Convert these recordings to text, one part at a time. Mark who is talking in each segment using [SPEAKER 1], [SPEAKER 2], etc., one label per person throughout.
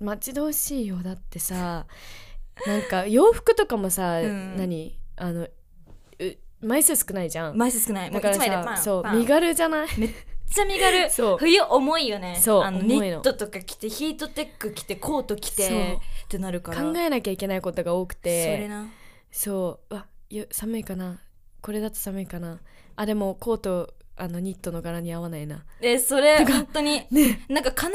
[SPEAKER 1] 待ち遠しいよだってさなんか洋服とかもさ、
[SPEAKER 2] うん
[SPEAKER 1] 何あのう枚数少ないじゃん、
[SPEAKER 2] 枚数少ないもう
[SPEAKER 1] だから
[SPEAKER 2] 一枚でパ
[SPEAKER 1] さ
[SPEAKER 2] ン
[SPEAKER 1] そう
[SPEAKER 2] パン
[SPEAKER 1] 身軽じゃない
[SPEAKER 2] めっちゃ身軽
[SPEAKER 1] そう
[SPEAKER 2] 冬重いよね
[SPEAKER 1] そう
[SPEAKER 2] あのニ
[SPEAKER 1] 重いの
[SPEAKER 2] ットとか着てヒートテック着てコート着
[SPEAKER 1] そう
[SPEAKER 2] てってなるから
[SPEAKER 1] 考えなきゃいけないことが多く
[SPEAKER 2] それ
[SPEAKER 1] て
[SPEAKER 2] な
[SPEAKER 1] そううわよ寒いかなこれだと寒いかなあでもコートあのニットの柄に合わないな
[SPEAKER 2] でそれ本当に
[SPEAKER 1] ね
[SPEAKER 2] なんか必ずね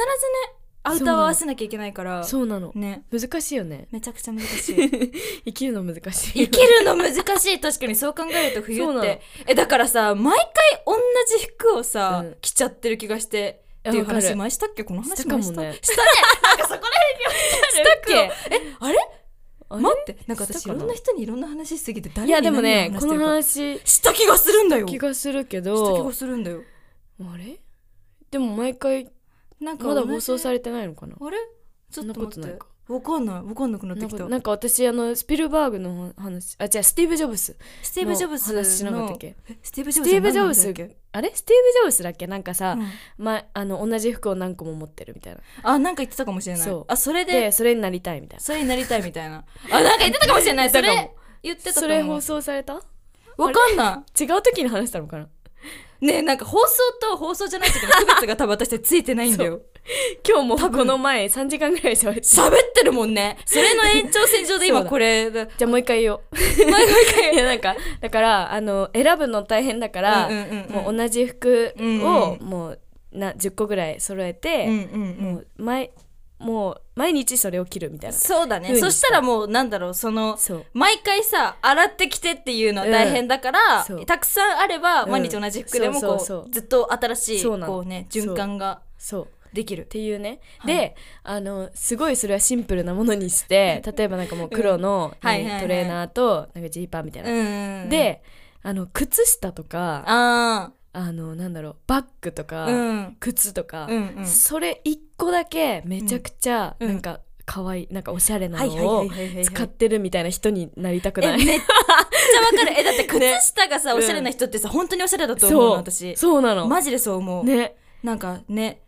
[SPEAKER 2] アウターを合わせなきゃいけないから
[SPEAKER 1] そうなの
[SPEAKER 2] ね
[SPEAKER 1] 難しいよ ね
[SPEAKER 2] めちゃくちゃ難し い
[SPEAKER 1] 生きるの難しいよ
[SPEAKER 2] 生きるの難しい確かにそう考えると冬
[SPEAKER 1] そう
[SPEAKER 2] っ
[SPEAKER 1] なの
[SPEAKER 2] てえだからさ毎回同じ服をさ、
[SPEAKER 1] うん
[SPEAKER 2] 着ちゃってる気がしてっていう
[SPEAKER 1] わかる
[SPEAKER 2] 話前したっけこの話
[SPEAKER 1] したかも
[SPEAKER 2] 前
[SPEAKER 1] ね
[SPEAKER 2] したしたねなんかそこら辺に置いてあるしたっけえあれ
[SPEAKER 1] あれ
[SPEAKER 2] 待ってなんか私
[SPEAKER 1] した
[SPEAKER 2] い
[SPEAKER 1] かな
[SPEAKER 2] ろんな人にいろんな話しすぎて誰
[SPEAKER 1] い
[SPEAKER 2] に
[SPEAKER 1] やでもね
[SPEAKER 2] 何を
[SPEAKER 1] こ
[SPEAKER 2] して
[SPEAKER 1] の
[SPEAKER 2] るか
[SPEAKER 1] 話
[SPEAKER 2] した気がするんだよ
[SPEAKER 1] 気
[SPEAKER 2] し
[SPEAKER 1] がするけ
[SPEAKER 2] た気
[SPEAKER 1] ど
[SPEAKER 2] がするんだよ
[SPEAKER 1] あれでも毎回
[SPEAKER 2] なんか
[SPEAKER 1] まだ放送さ
[SPEAKER 2] れ
[SPEAKER 1] れてないのかな
[SPEAKER 2] あれちょ
[SPEAKER 1] そん
[SPEAKER 2] っと待っ
[SPEAKER 1] なことない
[SPEAKER 2] て
[SPEAKER 1] か
[SPEAKER 2] わかんないわかんなくなって
[SPEAKER 1] なん
[SPEAKER 2] き
[SPEAKER 1] か
[SPEAKER 2] た
[SPEAKER 1] なんか私あのスピルバーグの話あ違うスティーブ・ジョブス
[SPEAKER 2] ス
[SPEAKER 1] ス
[SPEAKER 2] ティーブ・ジョブスの
[SPEAKER 1] 話しなかったっけ
[SPEAKER 2] えスティーブ・ジ
[SPEAKER 1] ス
[SPEAKER 2] ョ
[SPEAKER 1] ティーブ・ジョ
[SPEAKER 2] ブ
[SPEAKER 1] ブ
[SPEAKER 2] ス
[SPEAKER 1] ス
[SPEAKER 2] は何なんだっけ
[SPEAKER 1] あれスティーブ・ジョブスだっけなんかさ、
[SPEAKER 2] うん
[SPEAKER 1] ま、あの同じ服を何個も持ってるみたいな
[SPEAKER 2] あなんか言ってたかもしれない
[SPEAKER 1] そう
[SPEAKER 2] あそれで
[SPEAKER 1] でそれになりたいみたいな
[SPEAKER 2] それになりたいみたいな。あ、なんか言ってたかもしれない。そ
[SPEAKER 1] 言ってたか
[SPEAKER 2] れ
[SPEAKER 1] も
[SPEAKER 2] 言って た
[SPEAKER 1] そ
[SPEAKER 2] と
[SPEAKER 1] れ
[SPEAKER 2] 思
[SPEAKER 1] 放
[SPEAKER 2] う。
[SPEAKER 1] 送された
[SPEAKER 2] わかんな。
[SPEAKER 1] 違う時に話したのかない
[SPEAKER 2] ねえ、なんか放送と放送じゃない時の区別が多分私たちついてないん だよ。
[SPEAKER 1] 今日もこの前3時間ぐらい喋って
[SPEAKER 2] 喋ってるもんね。それの延長線
[SPEAKER 1] そ
[SPEAKER 2] 上で
[SPEAKER 1] う
[SPEAKER 2] 今
[SPEAKER 1] だ
[SPEAKER 2] これだ。
[SPEAKER 1] じゃあもう一回言おう
[SPEAKER 2] 毎
[SPEAKER 1] いやなんかだからあの選ぶの大変だから、
[SPEAKER 2] うんうんうん
[SPEAKER 1] もう同じ服を
[SPEAKER 2] うんう
[SPEAKER 1] もうな10個ぐらい揃えて、
[SPEAKER 2] 回。うんうん
[SPEAKER 1] も
[SPEAKER 2] うん。
[SPEAKER 1] う毎もう毎日それを着るみたいな
[SPEAKER 2] そうだ
[SPEAKER 1] ふう
[SPEAKER 2] ね。
[SPEAKER 1] に
[SPEAKER 2] そしたらもうなんだろう、その、
[SPEAKER 1] そう
[SPEAKER 2] 毎回さ、洗ってきてっていうのは大変だから、
[SPEAKER 1] うんそう
[SPEAKER 2] たくさんあれば、
[SPEAKER 1] うん
[SPEAKER 2] 毎日同じ服でもこう、
[SPEAKER 1] そうそうそう
[SPEAKER 2] ずっと新しい、
[SPEAKER 1] そうなの
[SPEAKER 2] こうね、循環が
[SPEAKER 1] そうっ
[SPEAKER 2] できる。
[SPEAKER 1] ていうね、
[SPEAKER 2] はい
[SPEAKER 1] であのすごいそれはシンプルなものにして例えばなんかもう黒の、
[SPEAKER 2] うんはいはいはい
[SPEAKER 1] トレーナーとなんかジーパンみたいな、
[SPEAKER 2] うん。、
[SPEAKER 1] であの靴下とかあ
[SPEAKER 2] あ
[SPEAKER 1] のなんだろうバッグと
[SPEAKER 2] あ、
[SPEAKER 1] か、
[SPEAKER 2] うん。
[SPEAKER 1] 靴とか、
[SPEAKER 2] うんうん。
[SPEAKER 1] それ一個だけめちゃくちゃ
[SPEAKER 2] うん
[SPEAKER 1] なんか可愛いなんかおしゃれな
[SPEAKER 2] はいはいは
[SPEAKER 1] の
[SPEAKER 2] い
[SPEAKER 1] を
[SPEAKER 2] はいはいはい。
[SPEAKER 1] 使ってるみたいな人になりたく
[SPEAKER 2] え
[SPEAKER 1] ない、
[SPEAKER 2] めっちゃ わかるえだって靴下がさ、
[SPEAKER 1] ね
[SPEAKER 2] おしゃれな人ってさ本当におしゃれだと思うの
[SPEAKER 1] そう
[SPEAKER 2] 私
[SPEAKER 1] そうなの、
[SPEAKER 2] マジでそう思う、
[SPEAKER 1] ね
[SPEAKER 2] なんかね、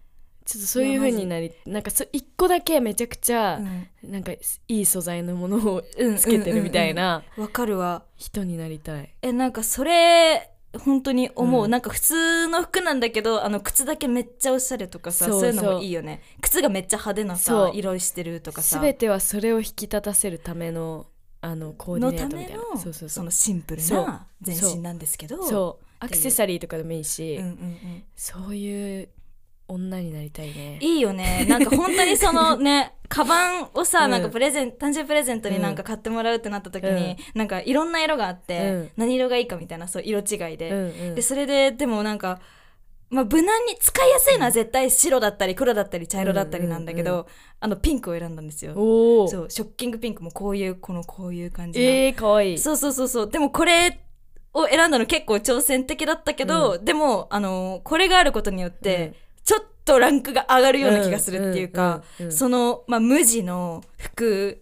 [SPEAKER 1] ちょっとそういう風になりなんかそ一個だけめちゃくちゃ、
[SPEAKER 2] うん
[SPEAKER 1] なんかいい素材のものを
[SPEAKER 2] うん、
[SPEAKER 1] つけてるみたい
[SPEAKER 2] うんうん
[SPEAKER 1] な
[SPEAKER 2] うんわかるわ
[SPEAKER 1] 人になりたい、
[SPEAKER 2] えなんかそれ本当に思う、
[SPEAKER 1] うん
[SPEAKER 2] なんか普通の服なんだけどあの靴だけめっちゃおしゃれとかさ
[SPEAKER 1] そ
[SPEAKER 2] そうういうの
[SPEAKER 1] そ
[SPEAKER 2] も
[SPEAKER 1] う
[SPEAKER 2] いいよね靴がめっちゃ派手な
[SPEAKER 1] そ
[SPEAKER 2] さ
[SPEAKER 1] う
[SPEAKER 2] 色してるとか
[SPEAKER 1] す
[SPEAKER 2] さ
[SPEAKER 1] べてはそれを引き立たせるためのあのコーディ
[SPEAKER 2] の
[SPEAKER 1] ネ
[SPEAKER 2] た
[SPEAKER 1] ートみ
[SPEAKER 2] め
[SPEAKER 1] たい
[SPEAKER 2] の
[SPEAKER 1] なそうそうそ
[SPEAKER 2] そうのシンプル
[SPEAKER 1] そう
[SPEAKER 2] な全身なんですけど
[SPEAKER 1] そうアクセサリーとかでもいいし、
[SPEAKER 2] うんうんうん
[SPEAKER 1] そういう女になりたいね
[SPEAKER 2] いいよね。なんか本当にそ のね、カバンをさ、
[SPEAKER 1] うん
[SPEAKER 2] なんかプレゼン、誕生日プレゼントになんか買ってもらうってなった時に、
[SPEAKER 1] うん
[SPEAKER 2] なんかいろんな色があって、
[SPEAKER 1] うん
[SPEAKER 2] 何色がいいかみたいな、そう、色違いで。
[SPEAKER 1] うんうん
[SPEAKER 2] で、それで、でもなんか、まあ無難に使いやすいのは絶対白だったり黒だったり茶色だったりなんだけど、
[SPEAKER 1] うんうん
[SPEAKER 2] あのピンクを選んだんですよ。
[SPEAKER 1] おお
[SPEAKER 2] そう、ショッキングピンクもこういう、このこういう感じの。
[SPEAKER 1] えー、かわいい
[SPEAKER 2] そうそうそうそう。でもこれを選んだの結構挑戦的だったけど、でも、あのーこれがあることによって、
[SPEAKER 1] うん
[SPEAKER 2] ちょっとランクが上がるような気がするっていうか、
[SPEAKER 1] うんうんうんうん
[SPEAKER 2] その、まあ、無地の服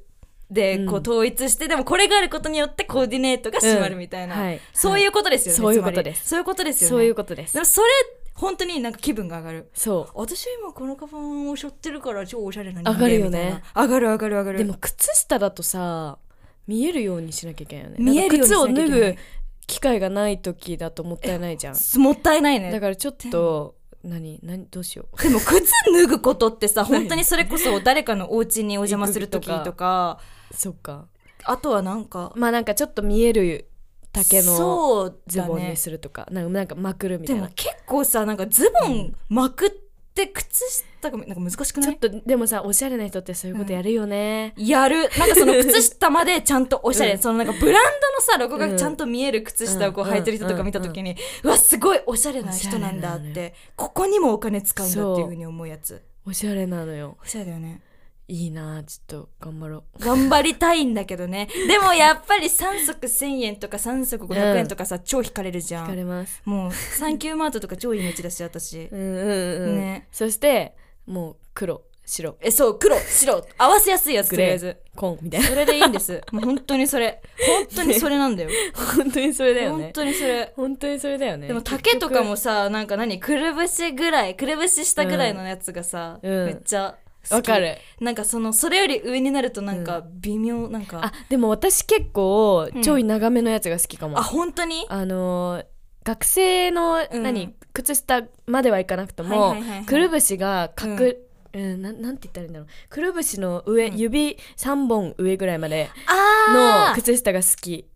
[SPEAKER 2] で
[SPEAKER 1] う
[SPEAKER 2] こうん統一して、でもこれがあることによってコーディネートが締まるみたいな、
[SPEAKER 1] うんはい
[SPEAKER 2] そういうことですよね、
[SPEAKER 1] はいそうい
[SPEAKER 2] つまり
[SPEAKER 1] うことです
[SPEAKER 2] そういうことですよね。
[SPEAKER 1] そういうことです
[SPEAKER 2] でもそれ、本当になんか気分が上がる。
[SPEAKER 1] そ
[SPEAKER 2] 私は今このカバンを背負ってるから超おしゃれな人間
[SPEAKER 1] 上がるよね
[SPEAKER 2] みたいな。上がる上がる上が
[SPEAKER 1] う
[SPEAKER 2] る。
[SPEAKER 1] でも靴下だとさ見えるようにしなきゃいけないよね
[SPEAKER 2] 見えるようにしなきゃいけな
[SPEAKER 1] な
[SPEAKER 2] い
[SPEAKER 1] んか靴を脱ぐ機会がない時だともったいないじゃん
[SPEAKER 2] もったいないね。
[SPEAKER 1] だからちょっと何何どうしよう
[SPEAKER 2] でも靴脱ぐことってさ本当にそれこそ誰かのお家にお邪魔する時
[SPEAKER 1] 行く
[SPEAKER 2] と
[SPEAKER 1] と
[SPEAKER 2] か
[SPEAKER 1] そっか
[SPEAKER 2] あとはなんか
[SPEAKER 1] まあなんかちょっと見える丈の
[SPEAKER 2] そう
[SPEAKER 1] ズ
[SPEAKER 2] だ
[SPEAKER 1] ボンに
[SPEAKER 2] ね
[SPEAKER 1] するとか、なんかなんかまくるみた
[SPEAKER 2] で
[SPEAKER 1] い
[SPEAKER 2] も
[SPEAKER 1] な
[SPEAKER 2] 結構さなんかズボンまくって靴下がなんか難しく
[SPEAKER 1] ち
[SPEAKER 2] な
[SPEAKER 1] ょっ
[SPEAKER 2] い
[SPEAKER 1] とでもさおしゃれな人ってそういうことやるよね、
[SPEAKER 2] やるなんかその靴下までちゃんとおしゃれ、
[SPEAKER 1] うん
[SPEAKER 2] そのなんかブランドのさロゴ
[SPEAKER 1] う
[SPEAKER 2] が
[SPEAKER 1] ん
[SPEAKER 2] ちゃんと見える靴下をこう
[SPEAKER 1] うん
[SPEAKER 2] 履いてる人とか見た時に、うわすごいおしゃれな人なんだっ
[SPEAKER 1] おしゃれなの
[SPEAKER 2] てここにもお金使うんだっていうふうに思うやつ
[SPEAKER 1] おしゃれなのよ
[SPEAKER 2] おしゃれだよね
[SPEAKER 1] いいなあちょっと頑張ろう
[SPEAKER 2] 頑張りたいんだけどねでもやっぱり3足1000円とか3足500円とかさ、超引かれるじゃ
[SPEAKER 1] 疲
[SPEAKER 2] ん
[SPEAKER 1] れます
[SPEAKER 2] もうサンキューマートとか超いい道だし私
[SPEAKER 1] うんうんうん、
[SPEAKER 2] ね
[SPEAKER 1] そしてもう黒白
[SPEAKER 2] えそう黒白合わせやすいやつと
[SPEAKER 1] グ
[SPEAKER 2] りあ
[SPEAKER 1] レ
[SPEAKER 2] えず
[SPEAKER 1] ーコンみ たいな
[SPEAKER 2] それでいいんですもう本当にそれ本当にそれなん だよ
[SPEAKER 1] 本当にそれだよ
[SPEAKER 2] 本
[SPEAKER 1] ね
[SPEAKER 2] 当にそれ
[SPEAKER 1] 本当にそれだよね
[SPEAKER 2] でも竹とかもさなんか何くるぶしぐらいくるぶし下ぐらいのやつがさ、
[SPEAKER 1] うん
[SPEAKER 2] めっちゃ好き
[SPEAKER 1] わかる
[SPEAKER 2] なんかそのそれより上になるとなんか微妙なんか、
[SPEAKER 1] あでも私結構
[SPEAKER 2] うん
[SPEAKER 1] ちょい長めのやつが好きかも、
[SPEAKER 2] あ本当に
[SPEAKER 1] あのー学生の
[SPEAKER 2] うん
[SPEAKER 1] 何、靴下まではいかなくとも、
[SPEAKER 2] はいはいはいはい
[SPEAKER 1] くるぶしがかく、うん、なんなんて言ったらいいんだろうくるぶしの上、
[SPEAKER 2] うん
[SPEAKER 1] 指3本上ぐらいまで
[SPEAKER 2] あ
[SPEAKER 1] の
[SPEAKER 2] ー
[SPEAKER 1] 靴下が好き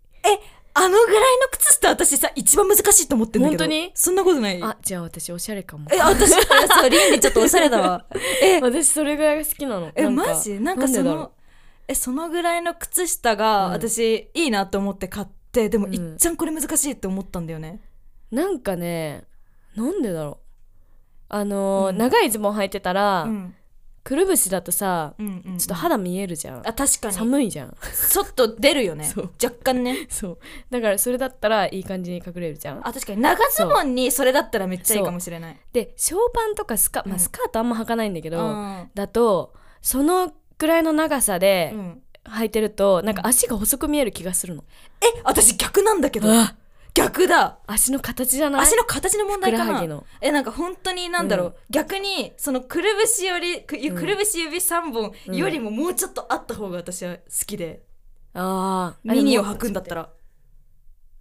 [SPEAKER 2] あのぐらいの靴下私さ一番難しいと思ってんだけど
[SPEAKER 1] 本当に
[SPEAKER 2] そんなことない
[SPEAKER 1] あじゃあ私おしゃれかも
[SPEAKER 2] え私 そうリンリちょっとおしゃれだわえ
[SPEAKER 1] 私それぐらいが好きなの
[SPEAKER 2] え
[SPEAKER 1] なんか
[SPEAKER 2] マジなんか
[SPEAKER 1] なんで
[SPEAKER 2] そ
[SPEAKER 1] だろう
[SPEAKER 2] のえそのぐらいの靴下が
[SPEAKER 1] うん
[SPEAKER 2] 私いいなと思って買ってでも
[SPEAKER 1] うん
[SPEAKER 2] いっちゃんこれ難しいって思ったんだよね
[SPEAKER 1] なんかねなんでだろうあのー
[SPEAKER 2] うん
[SPEAKER 1] 長いズボン履いてたら、
[SPEAKER 2] うん
[SPEAKER 1] くるぶしだとさ
[SPEAKER 2] うんうん
[SPEAKER 1] ちょっと肌見えるじゃん、
[SPEAKER 2] あ確かに
[SPEAKER 1] 寒いじゃん
[SPEAKER 2] ちょっと出るよね
[SPEAKER 1] そう
[SPEAKER 2] 若干ね
[SPEAKER 1] そうだからそれだったらいい感じに隠れるじゃん
[SPEAKER 2] あ確かに長ズボンにそれだったらめっちゃいいかもしれない
[SPEAKER 1] でショーパンとかスカ,、ま
[SPEAKER 2] う
[SPEAKER 1] あ、
[SPEAKER 2] ん
[SPEAKER 1] スカートあんま履かないんだけ
[SPEAKER 2] う
[SPEAKER 1] ど、
[SPEAKER 2] ん
[SPEAKER 1] だとそのくらいの長さで
[SPEAKER 2] うん
[SPEAKER 1] 履いてると、なんか足が細く見える気がするの、
[SPEAKER 2] え私逆なんだけど
[SPEAKER 1] あ
[SPEAKER 2] 逆だ
[SPEAKER 1] 足の形じゃない
[SPEAKER 2] 足の形の問
[SPEAKER 1] ふく
[SPEAKER 2] 題
[SPEAKER 1] ら
[SPEAKER 2] か
[SPEAKER 1] はぎ
[SPEAKER 2] な
[SPEAKER 1] の
[SPEAKER 2] えなんか本当になんだろう、
[SPEAKER 1] うん
[SPEAKER 2] 逆にそのくるぶしよりく
[SPEAKER 1] ん
[SPEAKER 2] くるぶし指3本
[SPEAKER 1] うん
[SPEAKER 2] よりももうちょっとあった方が私は好きで、
[SPEAKER 1] あーあ
[SPEAKER 2] ミニを履くんだった
[SPEAKER 1] ら
[SPEAKER 2] ら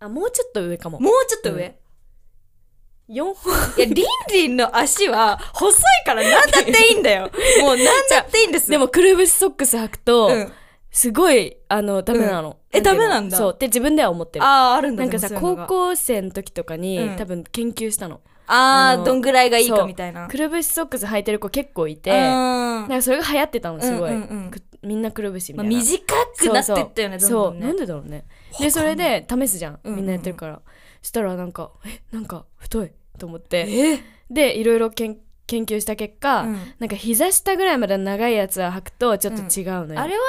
[SPEAKER 1] あもうちょっと上かも
[SPEAKER 2] もうちょっと上、
[SPEAKER 1] うん4本
[SPEAKER 2] いやリンリンの足は細いから何だっていいんだ よもう何だっていいんです
[SPEAKER 1] でもくるぶしソックス履くと、
[SPEAKER 2] うん、
[SPEAKER 1] すごいあのダメなの、
[SPEAKER 2] え
[SPEAKER 1] ていうの
[SPEAKER 2] ダメなんだ
[SPEAKER 1] そうって自分では思ってる
[SPEAKER 2] あーあるんだ
[SPEAKER 1] なんかさ
[SPEAKER 2] でもそう
[SPEAKER 1] 高
[SPEAKER 2] いうのが
[SPEAKER 1] 校生の時とかに、
[SPEAKER 2] うん
[SPEAKER 1] 多分研究したのあ
[SPEAKER 2] あ
[SPEAKER 1] の
[SPEAKER 2] ーどんぐらいがいい
[SPEAKER 1] そ
[SPEAKER 2] か
[SPEAKER 1] う
[SPEAKER 2] みたいな
[SPEAKER 1] くるぶしソックス履いてる子結構いて
[SPEAKER 2] う
[SPEAKER 1] なん
[SPEAKER 2] ん
[SPEAKER 1] かそれが流行ってたのすごい、
[SPEAKER 2] うんうんうん
[SPEAKER 1] くみんなくるぶしみ
[SPEAKER 2] ま
[SPEAKER 1] た
[SPEAKER 2] あ、
[SPEAKER 1] いな、
[SPEAKER 2] 短くなってったよね
[SPEAKER 1] そう
[SPEAKER 2] ど
[SPEAKER 1] そ
[SPEAKER 2] んどん
[SPEAKER 1] う
[SPEAKER 2] ね
[SPEAKER 1] なんでだろうねでそれで試すじゃん
[SPEAKER 2] うんうん
[SPEAKER 1] みんなやってるから、したらなんかえなんか太いと思っ
[SPEAKER 2] え
[SPEAKER 1] てでいろいろけん研究した結果、
[SPEAKER 2] うん
[SPEAKER 1] なんか膝下ぐらいまで長いやつは履くとちょっと違うのよ、
[SPEAKER 2] あれは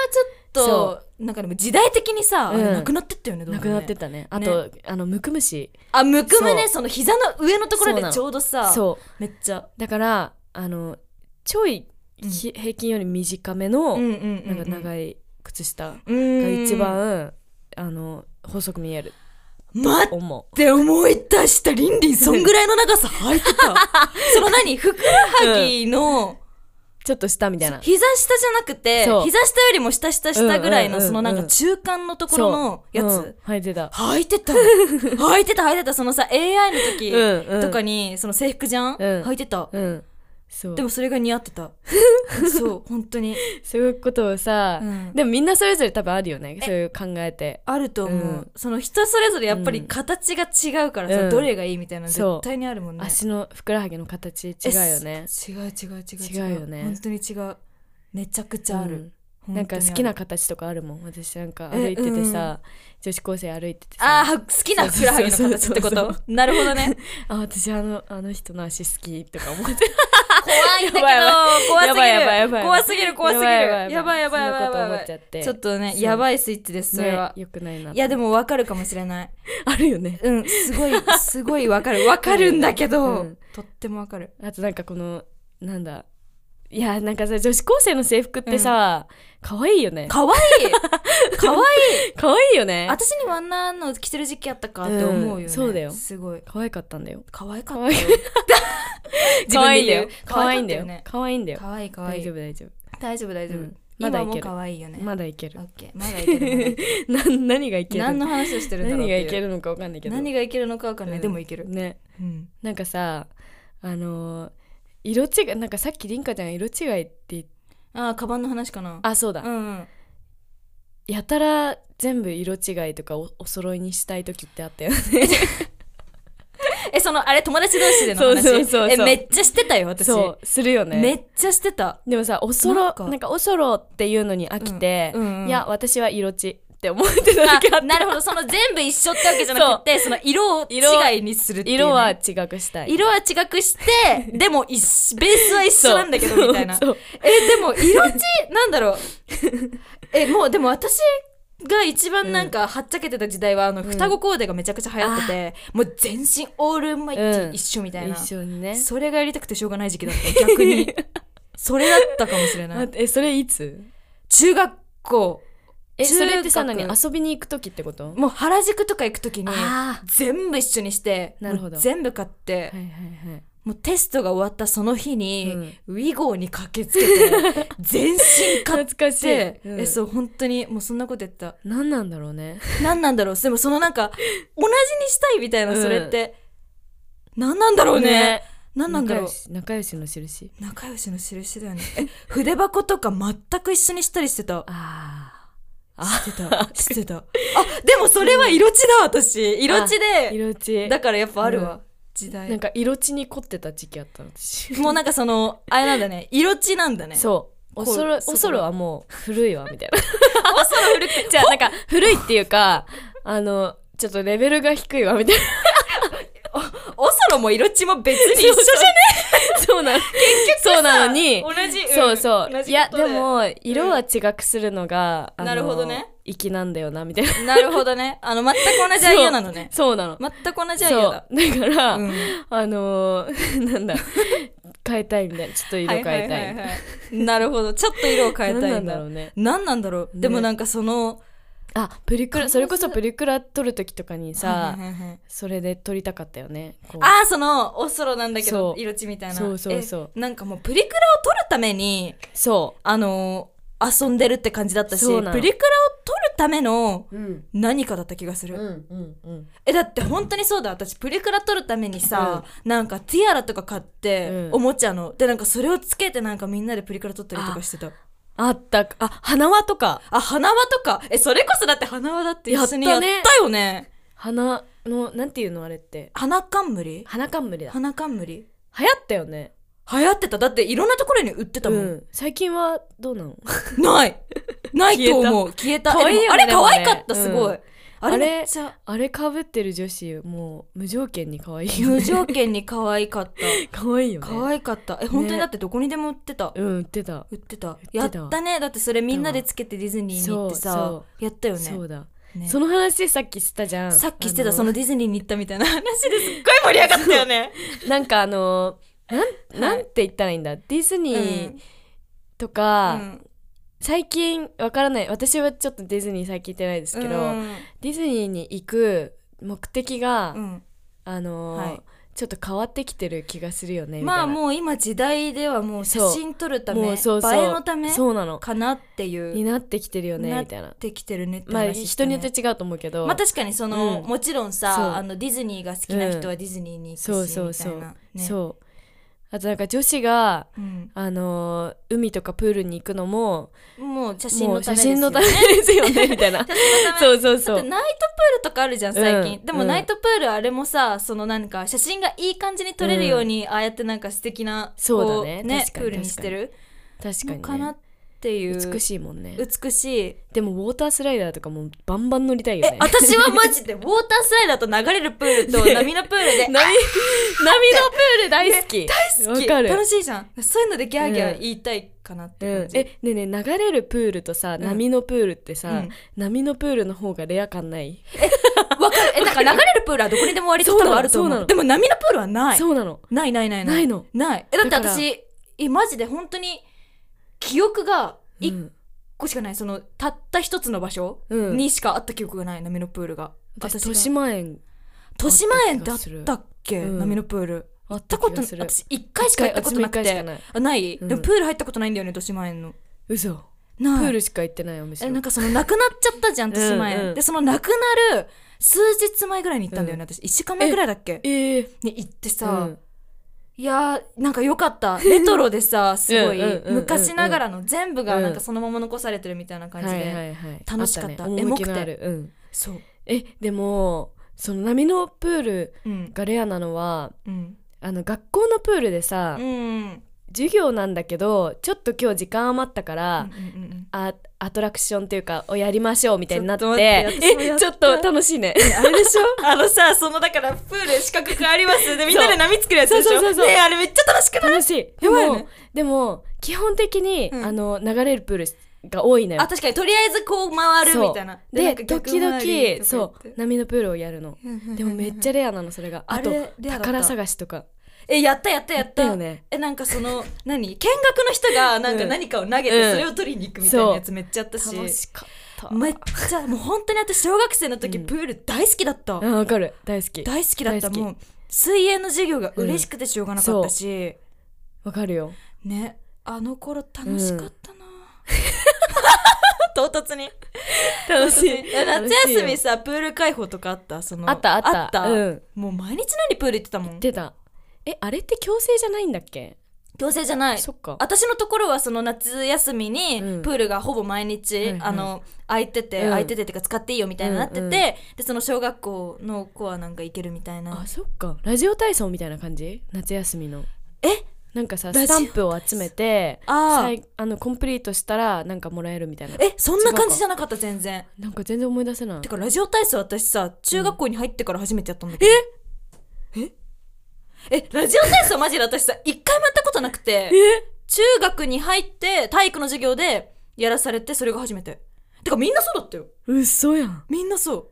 [SPEAKER 2] ちょっとなんかでも時代的にさ、あれ
[SPEAKER 1] うん
[SPEAKER 2] なくなってったよねどん
[SPEAKER 1] な
[SPEAKER 2] どん
[SPEAKER 1] く
[SPEAKER 2] ね
[SPEAKER 1] なってたねあとあのむくむし
[SPEAKER 2] あむくむね
[SPEAKER 1] そ
[SPEAKER 2] その膝の上のところ
[SPEAKER 1] そうな
[SPEAKER 2] で
[SPEAKER 1] の
[SPEAKER 2] ちょうどさ
[SPEAKER 1] そう
[SPEAKER 2] めっちゃ
[SPEAKER 1] だからあのちょい、
[SPEAKER 2] うん
[SPEAKER 1] ひ平均より短めの、
[SPEAKER 2] うんうん
[SPEAKER 1] なんか
[SPEAKER 2] い
[SPEAKER 1] 長い靴下が
[SPEAKER 2] が
[SPEAKER 1] 一番あの細く見える
[SPEAKER 2] 待っ
[SPEAKER 1] 思う。
[SPEAKER 2] て思い出したリンリンそんぐらいの長さ履いて たその何ふくらはぎの
[SPEAKER 1] ちょっと下みたいな。
[SPEAKER 2] 膝下じゃなくて
[SPEAKER 1] そう
[SPEAKER 2] 膝下よりも下下下ぐらい
[SPEAKER 1] うん
[SPEAKER 2] の
[SPEAKER 1] うんうんうん
[SPEAKER 2] そのなんか中間のところのや
[SPEAKER 1] そう
[SPEAKER 2] つ
[SPEAKER 1] うん履いてた。
[SPEAKER 2] 履いて た履いてた履いてたそのさ AI の時
[SPEAKER 1] うんうん
[SPEAKER 2] とかにその制服じゃん
[SPEAKER 1] うん
[SPEAKER 2] 履いてた
[SPEAKER 1] うん。そう。
[SPEAKER 2] で
[SPEAKER 1] でも
[SPEAKER 2] もそれが似合って たそう本当に
[SPEAKER 1] そういうことをさ、
[SPEAKER 2] うん
[SPEAKER 1] でもみんなそれぞれ多分あるよね。そういう考えて。
[SPEAKER 2] あると思う、
[SPEAKER 1] うん
[SPEAKER 2] その人それぞれやっぱ
[SPEAKER 1] う
[SPEAKER 2] り
[SPEAKER 1] ん
[SPEAKER 2] 形が違うからさ、
[SPEAKER 1] うん
[SPEAKER 2] どれがいいみたいなの
[SPEAKER 1] そう
[SPEAKER 2] 絶対にあるもんね
[SPEAKER 1] 足のふくらはぎの形違うよね
[SPEAKER 2] え。違う違う違う
[SPEAKER 1] 違うよね
[SPEAKER 2] 本当に違うめちゃくちゃある、
[SPEAKER 1] うん
[SPEAKER 2] 本当に
[SPEAKER 1] なん
[SPEAKER 2] あ
[SPEAKER 1] か
[SPEAKER 2] る
[SPEAKER 1] 好きな形とかあるもん。私なんか
[SPEAKER 2] え
[SPEAKER 1] 歩いててさ、女子高生歩いててさ、
[SPEAKER 2] あー好きなふくらはぎの形って こ
[SPEAKER 1] そうそう
[SPEAKER 2] となるほどね
[SPEAKER 1] あ私あのあの人の足好きとか思って
[SPEAKER 2] 怖いんだけど
[SPEAKER 1] や
[SPEAKER 2] 怖すぎ
[SPEAKER 1] や
[SPEAKER 2] る
[SPEAKER 1] ばいやばいやばい
[SPEAKER 2] 怖すぎる怖すぎるやばいやばいやばい
[SPEAKER 1] そんなこと
[SPEAKER 2] や
[SPEAKER 1] 思
[SPEAKER 2] ば
[SPEAKER 1] っ
[SPEAKER 2] い
[SPEAKER 1] ちゃって
[SPEAKER 2] ちょっとね
[SPEAKER 1] そう
[SPEAKER 2] やばいスイッチですそれは、
[SPEAKER 1] ね、よくないない
[SPEAKER 2] やでもわかるかもしれない
[SPEAKER 1] あるよね
[SPEAKER 2] うんすごいすごいわかるわかるんだけど、
[SPEAKER 1] うん
[SPEAKER 2] とってもわかる
[SPEAKER 1] あとなんかこのなんだいやなんかさ女子高生の制服ってさ可愛、いいよね
[SPEAKER 2] かわいいかわいい
[SPEAKER 1] 可愛いいよね
[SPEAKER 2] 私にもあんなの着てる時期あったかって思うよね、
[SPEAKER 1] うんそうだよ
[SPEAKER 2] すごい
[SPEAKER 1] 可愛かったんだよ
[SPEAKER 2] 可愛かったよ 自
[SPEAKER 1] 可
[SPEAKER 2] 分
[SPEAKER 1] 愛い
[SPEAKER 2] で
[SPEAKER 1] んだよ
[SPEAKER 2] 言う
[SPEAKER 1] 可愛いんだよ
[SPEAKER 2] ね
[SPEAKER 1] 可愛いんだよ
[SPEAKER 2] 可愛い可愛
[SPEAKER 1] 大
[SPEAKER 2] い
[SPEAKER 1] 丈夫大丈
[SPEAKER 2] 大丈夫大丈夫、
[SPEAKER 1] うんまだ
[SPEAKER 2] 今
[SPEAKER 1] いけ
[SPEAKER 2] も
[SPEAKER 1] る
[SPEAKER 2] 可愛いよね
[SPEAKER 1] 夫まだいけ
[SPEAKER 2] オ
[SPEAKER 1] る
[SPEAKER 2] ッケーまだいけるまだ いける
[SPEAKER 1] な何がいける
[SPEAKER 2] 何の話をしてるんだろう
[SPEAKER 1] 何
[SPEAKER 2] っ
[SPEAKER 1] が
[SPEAKER 2] ていう
[SPEAKER 1] いけるのかわかんないけど
[SPEAKER 2] 何がいけるのかわかんない、
[SPEAKER 1] うん
[SPEAKER 2] でもいける、
[SPEAKER 1] ね
[SPEAKER 2] うん、
[SPEAKER 1] なんかさあのー色違いなんかさっきりんかちゃん色違いって言っ
[SPEAKER 2] ああカバンの話かな
[SPEAKER 1] あそうだ、
[SPEAKER 2] うんうん
[SPEAKER 1] やたら全部色違いとかおお揃いにしたい時ってあったよね
[SPEAKER 2] えそのあれ友達同士での
[SPEAKER 1] そうそ
[SPEAKER 2] 話
[SPEAKER 1] うそうそう
[SPEAKER 2] えめっちゃしてたよ 私
[SPEAKER 1] そうするよね
[SPEAKER 2] めっちゃしてた
[SPEAKER 1] でもさおそろな
[SPEAKER 2] なんん
[SPEAKER 1] か
[SPEAKER 2] か
[SPEAKER 1] おそろっていうのに飽きて、
[SPEAKER 2] うんうんうん
[SPEAKER 1] いや私は色地って思ってた時あっ
[SPEAKER 2] あ
[SPEAKER 1] た
[SPEAKER 2] なるほどその全部一緒ってわけじゃなくてその色を違いにするっていうね、
[SPEAKER 1] 色は違くしたい
[SPEAKER 2] 色は違く してでも一緒ベースは一緒なんだけどみたい な
[SPEAKER 1] そうそう
[SPEAKER 2] えでも色地なんだろうえもうでも私が一番なんかはっちゃけてた時代はあの双子コーデがめちゃくちゃ流行ってて、もう全身オールマイテ
[SPEAKER 1] うん
[SPEAKER 2] ィ一緒みたいな、
[SPEAKER 1] 一緒にね
[SPEAKER 2] それがやりたくてしょうがない時期だった 逆にそれだったかもしれな
[SPEAKER 1] 待っ
[SPEAKER 2] い
[SPEAKER 1] てえそれいつ
[SPEAKER 2] 中学校
[SPEAKER 1] え
[SPEAKER 2] 中
[SPEAKER 1] そ
[SPEAKER 2] 学
[SPEAKER 1] れってさ何遊びに行く時ってこと
[SPEAKER 2] もう原宿とか行く時に
[SPEAKER 1] あ
[SPEAKER 2] 全部一緒にして
[SPEAKER 1] なるほど
[SPEAKER 2] もう全部買って、
[SPEAKER 1] はいはいはい
[SPEAKER 2] もうテストが終わったその日に、
[SPEAKER 1] うん
[SPEAKER 2] ウィゴーに駆けつ けて全身買っ
[SPEAKER 1] 懐かしい
[SPEAKER 2] て、、えそう本当にもうそんなことやった
[SPEAKER 1] うん何なんだろうね
[SPEAKER 2] 何なんだろうでもそのな んか同じにしたいみたいな
[SPEAKER 1] うん
[SPEAKER 2] それって、何なんだろうね何なんだ
[SPEAKER 1] 仲
[SPEAKER 2] ろ
[SPEAKER 1] 良
[SPEAKER 2] う
[SPEAKER 1] し仲良しの印
[SPEAKER 2] 仲良しの印だよねえ筆箱とか全く一緒にしたりしてた
[SPEAKER 1] あ
[SPEAKER 2] してた してたあでもそれは色地だ私色地
[SPEAKER 1] あ
[SPEAKER 2] で
[SPEAKER 1] 色落ち
[SPEAKER 2] だからやっぱあるわ、
[SPEAKER 1] う
[SPEAKER 2] 時
[SPEAKER 1] なん
[SPEAKER 2] 代
[SPEAKER 1] か色地に凝ってた時期あったの私
[SPEAKER 2] もうなんかそのあれなんだね色地なんだね
[SPEAKER 1] そうおそろ
[SPEAKER 2] こう
[SPEAKER 1] おそろはもう古いわみたいな
[SPEAKER 2] おそろ古くて
[SPEAKER 1] じゃあなんか古いっていうかあのちょっとレベルが低いわみ たいな
[SPEAKER 2] おそろも色地も別に一緒じ
[SPEAKER 1] そうなの結
[SPEAKER 2] ゃん
[SPEAKER 1] そうなのに
[SPEAKER 2] 同じ、
[SPEAKER 1] そうそ
[SPEAKER 2] 同
[SPEAKER 1] うい
[SPEAKER 2] じこ
[SPEAKER 1] や
[SPEAKER 2] とで
[SPEAKER 1] でも色は違くするのが、あの
[SPEAKER 2] なるほどね
[SPEAKER 1] 粋なんだよなみたいな
[SPEAKER 2] なるほどね あの全く同じアイデアなのね
[SPEAKER 1] そうなの、
[SPEAKER 2] 全く同じアイ
[SPEAKER 1] そ
[SPEAKER 2] デア
[SPEAKER 1] う
[SPEAKER 2] だ
[SPEAKER 1] だから、
[SPEAKER 2] うん
[SPEAKER 1] あの ーなんだ変えたいみたいなちょっと色変えたいみたいな
[SPEAKER 2] ははははいなるほどちょっと色を変えたい
[SPEAKER 1] 何な
[SPEAKER 2] んだ
[SPEAKER 1] んだろうね
[SPEAKER 2] 何なんだろう
[SPEAKER 1] ね
[SPEAKER 2] でもなんかその
[SPEAKER 1] あプリク
[SPEAKER 2] 可能
[SPEAKER 1] ラ
[SPEAKER 2] 性
[SPEAKER 1] それこそプリクラ撮る時とかにさ、
[SPEAKER 2] はいはいはい
[SPEAKER 1] それで撮りたかったよねこう
[SPEAKER 2] ああそのおそろなんだけど
[SPEAKER 1] そう
[SPEAKER 2] 色地みたいな
[SPEAKER 1] そうそうそう
[SPEAKER 2] えなんかもうプリクラを撮るために
[SPEAKER 1] そ
[SPEAKER 2] あのー遊んでるって感じだったしプ
[SPEAKER 1] そう
[SPEAKER 2] リク
[SPEAKER 1] なの
[SPEAKER 2] ラを撮るための
[SPEAKER 1] ううん
[SPEAKER 2] 何かだった気がす
[SPEAKER 1] うん
[SPEAKER 2] る、
[SPEAKER 1] うんうん
[SPEAKER 2] えだって本当にそうだ私プリクラ撮るためにさ、なんかティアラとか買って、
[SPEAKER 1] うん
[SPEAKER 2] おもちゃのでなんかそれをつけてなんかみんなでプリクラ撮ったりとかしてた
[SPEAKER 1] あったあ花輪とか
[SPEAKER 2] あ花輪とかえそれこそだって花輪だって一緒にや
[SPEAKER 1] や
[SPEAKER 2] っ
[SPEAKER 1] ったたね
[SPEAKER 2] よね
[SPEAKER 1] 花のなんていうのあれって
[SPEAKER 2] 花冠
[SPEAKER 1] 花冠だ流
[SPEAKER 2] 花冠
[SPEAKER 1] 行ったよね
[SPEAKER 2] 流行ってただっていろんなところに売ってたもん、
[SPEAKER 1] うん最近はどうなの
[SPEAKER 2] ないないと思う消えた
[SPEAKER 1] 可愛いよね
[SPEAKER 2] えでもあれ
[SPEAKER 1] でもね
[SPEAKER 2] 可愛かったすごい、
[SPEAKER 1] うん
[SPEAKER 2] あれ
[SPEAKER 1] あれ
[SPEAKER 2] めっちゃ
[SPEAKER 1] あれかぶってる女子もう無条件に可愛いよね
[SPEAKER 2] 無条件に可愛かった
[SPEAKER 1] 可愛いよ ね
[SPEAKER 2] 可愛かったえ本当に
[SPEAKER 1] ね
[SPEAKER 2] だってどこにでも売ってた、
[SPEAKER 1] うん売ってた
[SPEAKER 2] 売ってた
[SPEAKER 1] てた
[SPEAKER 2] やったねだってそれみんなでつけてディズニーに行って
[SPEAKER 1] そう
[SPEAKER 2] さやったよね
[SPEAKER 1] そうだ、
[SPEAKER 2] ね
[SPEAKER 1] その話さっきしたじゃん
[SPEAKER 2] さっきしてた
[SPEAKER 1] あ
[SPEAKER 2] そのディズニーに行ったみたいな話ですっごい盛り上がったよね。
[SPEAKER 1] なんかあの
[SPEAKER 2] い
[SPEAKER 1] なんなんて言ったらいいんだディズニーとか、
[SPEAKER 2] うん
[SPEAKER 1] 最近わからない私はちょっとディズニー最近行ってないですけど、
[SPEAKER 2] うん
[SPEAKER 1] ディズニーに行く目的が、
[SPEAKER 2] うん
[SPEAKER 1] あのー
[SPEAKER 2] はい
[SPEAKER 1] ちょっと変わってきてる気がするよねみたい
[SPEAKER 2] ま
[SPEAKER 1] な
[SPEAKER 2] あもう今時代ではもう写真撮るため
[SPEAKER 1] もうそうそう
[SPEAKER 2] 映えのため
[SPEAKER 1] そうなの
[SPEAKER 2] かなっていう
[SPEAKER 1] になってきてるよね
[SPEAKER 2] な
[SPEAKER 1] みたいな
[SPEAKER 2] ってきてるねって
[SPEAKER 1] まあ
[SPEAKER 2] 話し
[SPEAKER 1] 人
[SPEAKER 2] たね
[SPEAKER 1] によって違うと思うけど、
[SPEAKER 2] まあ確かにその、
[SPEAKER 1] うん
[SPEAKER 2] もちろん
[SPEAKER 1] そう
[SPEAKER 2] さあのディズニーが好きな人はディズニーに行くし、
[SPEAKER 1] そうそうそう
[SPEAKER 2] みたいな、ね、
[SPEAKER 1] そうあとなんか女子が
[SPEAKER 2] うん
[SPEAKER 1] あのー海とかプールに行くのも
[SPEAKER 2] もう写真
[SPEAKER 1] も
[SPEAKER 2] の
[SPEAKER 1] う
[SPEAKER 2] ため
[SPEAKER 1] 写
[SPEAKER 2] ですよ
[SPEAKER 1] 真のため
[SPEAKER 2] 写
[SPEAKER 1] ですよねみたいな
[SPEAKER 2] 真 のため
[SPEAKER 1] そうそうそ
[SPEAKER 2] だって
[SPEAKER 1] う
[SPEAKER 2] ナイトプールとかあるじゃん最近、
[SPEAKER 1] うん
[SPEAKER 2] でも
[SPEAKER 1] うん
[SPEAKER 2] ナイトプールあれもさそのなんか写真がいい感じに撮れるように、ああやってなんか素敵な
[SPEAKER 1] そうだ
[SPEAKER 2] こ
[SPEAKER 1] ね確
[SPEAKER 2] プ
[SPEAKER 1] かに
[SPEAKER 2] ールにしてる
[SPEAKER 1] 確か
[SPEAKER 2] の
[SPEAKER 1] に、
[SPEAKER 2] かな
[SPEAKER 1] ね
[SPEAKER 2] っ、ていう
[SPEAKER 1] 美しいもんね
[SPEAKER 2] 美しい
[SPEAKER 1] でもウォータースライダーとかもバンバン乗りたいよ
[SPEAKER 2] え
[SPEAKER 1] ね
[SPEAKER 2] 私はマジでウォータースライダーと流れるプールと波のプール で
[SPEAKER 1] 波波のプール大好き、
[SPEAKER 2] 好き
[SPEAKER 1] わかる
[SPEAKER 2] 楽しいじゃんそういうのでギャーギャー言いたいかなっ
[SPEAKER 1] うん
[SPEAKER 2] て感、じ、
[SPEAKER 1] えねえねえ流れるプールとさ
[SPEAKER 2] ん
[SPEAKER 1] 波のプールってさ、
[SPEAKER 2] うん
[SPEAKER 1] 波のプールの方がレア感ない、
[SPEAKER 2] わかるえなんか流れるプールはどこにでも割と多分あると
[SPEAKER 1] そうな
[SPEAKER 2] 思う
[SPEAKER 1] の
[SPEAKER 2] でも波のプールはない
[SPEAKER 1] そうなの
[SPEAKER 2] ないないないない
[SPEAKER 1] ないの
[SPEAKER 2] ないえだって
[SPEAKER 1] だから
[SPEAKER 2] 私えマジで本当に記憶が
[SPEAKER 1] う
[SPEAKER 2] 1
[SPEAKER 1] ん
[SPEAKER 2] 個しかない、そのたった一つの場所
[SPEAKER 1] うん
[SPEAKER 2] にしかあった記憶がない波のプールが
[SPEAKER 1] 私
[SPEAKER 2] が
[SPEAKER 1] 豊島園
[SPEAKER 2] 豊島園だ
[SPEAKER 1] あった気が
[SPEAKER 2] っ
[SPEAKER 1] する
[SPEAKER 2] たっけ、
[SPEAKER 1] うん
[SPEAKER 2] 波のプール
[SPEAKER 1] あっ
[SPEAKER 2] 行ったこ
[SPEAKER 1] 気
[SPEAKER 2] とな
[SPEAKER 1] がする
[SPEAKER 2] 私1回しか行ったことなく
[SPEAKER 1] 一回私も一回しか
[SPEAKER 2] て
[SPEAKER 1] ない
[SPEAKER 2] あない、
[SPEAKER 1] うん
[SPEAKER 2] でもプール入ったことないんだよね豊島園の
[SPEAKER 1] 嘘
[SPEAKER 2] な
[SPEAKER 1] プ
[SPEAKER 2] い
[SPEAKER 1] ールしか行ってないよむし
[SPEAKER 2] え
[SPEAKER 1] ろ
[SPEAKER 2] なんかそのなくなっちゃったじゃん豊島園
[SPEAKER 1] うんうん
[SPEAKER 2] でそのなくなる数日前ぐらいに行ったんだよね、私1週間前ぐらいだっけ
[SPEAKER 1] ええ
[SPEAKER 2] に行ってさ、
[SPEAKER 1] うん
[SPEAKER 2] いやーなんか良かったレトロでさすご
[SPEAKER 1] うんうんうんうん
[SPEAKER 2] い昔ながらの全部が
[SPEAKER 1] うん
[SPEAKER 2] なんかそのまま残されてるみたいな感じで、
[SPEAKER 1] はいはいはい
[SPEAKER 2] 楽しかった
[SPEAKER 1] あね、
[SPEAKER 2] エモ
[SPEAKER 1] 趣
[SPEAKER 2] くて
[SPEAKER 1] のある、うん、
[SPEAKER 2] そう
[SPEAKER 1] えでもその波のプール
[SPEAKER 2] うん
[SPEAKER 1] がレアなのは
[SPEAKER 2] うん
[SPEAKER 1] あの学校のプールでさ、
[SPEAKER 2] うんうん
[SPEAKER 1] 授業なんだけどちょっと今日時間余ったから、
[SPEAKER 2] うん
[SPEAKER 1] あアトラクションっていうかをやりましょうみたいになって
[SPEAKER 2] ちょっと待って私
[SPEAKER 1] え
[SPEAKER 2] もやった
[SPEAKER 1] ちょっと楽しいね
[SPEAKER 2] あれでしょあのさそのだからプール四角くありますでみんなで波作るやつでしょ
[SPEAKER 1] そうそうそうそう
[SPEAKER 2] ねえあれめっちゃ楽しくない
[SPEAKER 1] 楽しいで
[SPEAKER 2] や
[SPEAKER 1] も、
[SPEAKER 2] ばいよね
[SPEAKER 1] でも基本的に、
[SPEAKER 2] うん
[SPEAKER 1] あの流れるプールが多いのよ
[SPEAKER 2] あ確かにとりあえずこう回るみたいな
[SPEAKER 1] で時々そう
[SPEAKER 2] う
[SPEAKER 1] 波のプールをやるのでもめっちゃレアなのそれ があ
[SPEAKER 2] あ
[SPEAKER 1] と
[SPEAKER 2] れレアだった
[SPEAKER 1] 宝探しとか
[SPEAKER 2] えやったやったやった
[SPEAKER 1] やったよね
[SPEAKER 2] えなんかその何見学の人がなんか
[SPEAKER 1] うん
[SPEAKER 2] 何かを投げ
[SPEAKER 1] う
[SPEAKER 2] て
[SPEAKER 1] ん
[SPEAKER 2] それを取りに行くみたいなやつめっちゃあったし、
[SPEAKER 1] 楽しかった
[SPEAKER 2] めっちゃもう本当に私小学生の時
[SPEAKER 1] うん
[SPEAKER 2] プール大好きだった、
[SPEAKER 1] あわかる大好き
[SPEAKER 2] 大好きだった
[SPEAKER 1] 大好き
[SPEAKER 2] もう水泳の授業が嬉しくてしょうがなかったし、
[SPEAKER 1] わかるよ
[SPEAKER 2] ねあの頃楽しかったな、 唐突に
[SPEAKER 1] 楽 しい
[SPEAKER 2] 夏休み
[SPEAKER 1] 楽しいよ
[SPEAKER 2] さプール開放とかあったその
[SPEAKER 1] あったあった
[SPEAKER 2] あった、
[SPEAKER 1] うん
[SPEAKER 2] もう毎日のようにプール行ってたもん
[SPEAKER 1] 出たえあれって強制じゃないんだっけ、
[SPEAKER 2] 強制じゃない
[SPEAKER 1] そっか
[SPEAKER 2] 私のところはその夏休みに
[SPEAKER 1] うん
[SPEAKER 2] プールがほぼ毎日、
[SPEAKER 1] はいはい
[SPEAKER 2] あの空いてて、
[SPEAKER 1] うん
[SPEAKER 2] 空いててっていうか使っていいよみたいになってて、
[SPEAKER 1] うんうん
[SPEAKER 2] でその小学校の子はなんか行けるみたいな
[SPEAKER 1] あそっかラジオ体操みたいな感じ夏休みの
[SPEAKER 2] え
[SPEAKER 1] なんかさ
[SPEAKER 2] ラジオ
[SPEAKER 1] スタンプを集めて
[SPEAKER 2] あ
[SPEAKER 1] さいあのコンプリートしたらなんかもらえるみたいな
[SPEAKER 2] えそんな感じじゃなかった全然
[SPEAKER 1] なんか全然思い出せない
[SPEAKER 2] てかラジオ体操私さ中学校に入ってから初めてやったんだけど、えええラジオ体操マジで私さ一回もやったことなくて中学に入って体育の授業でやらされてそれが初めててかみんなそうだったよ
[SPEAKER 1] 嘘やん
[SPEAKER 2] みんなそう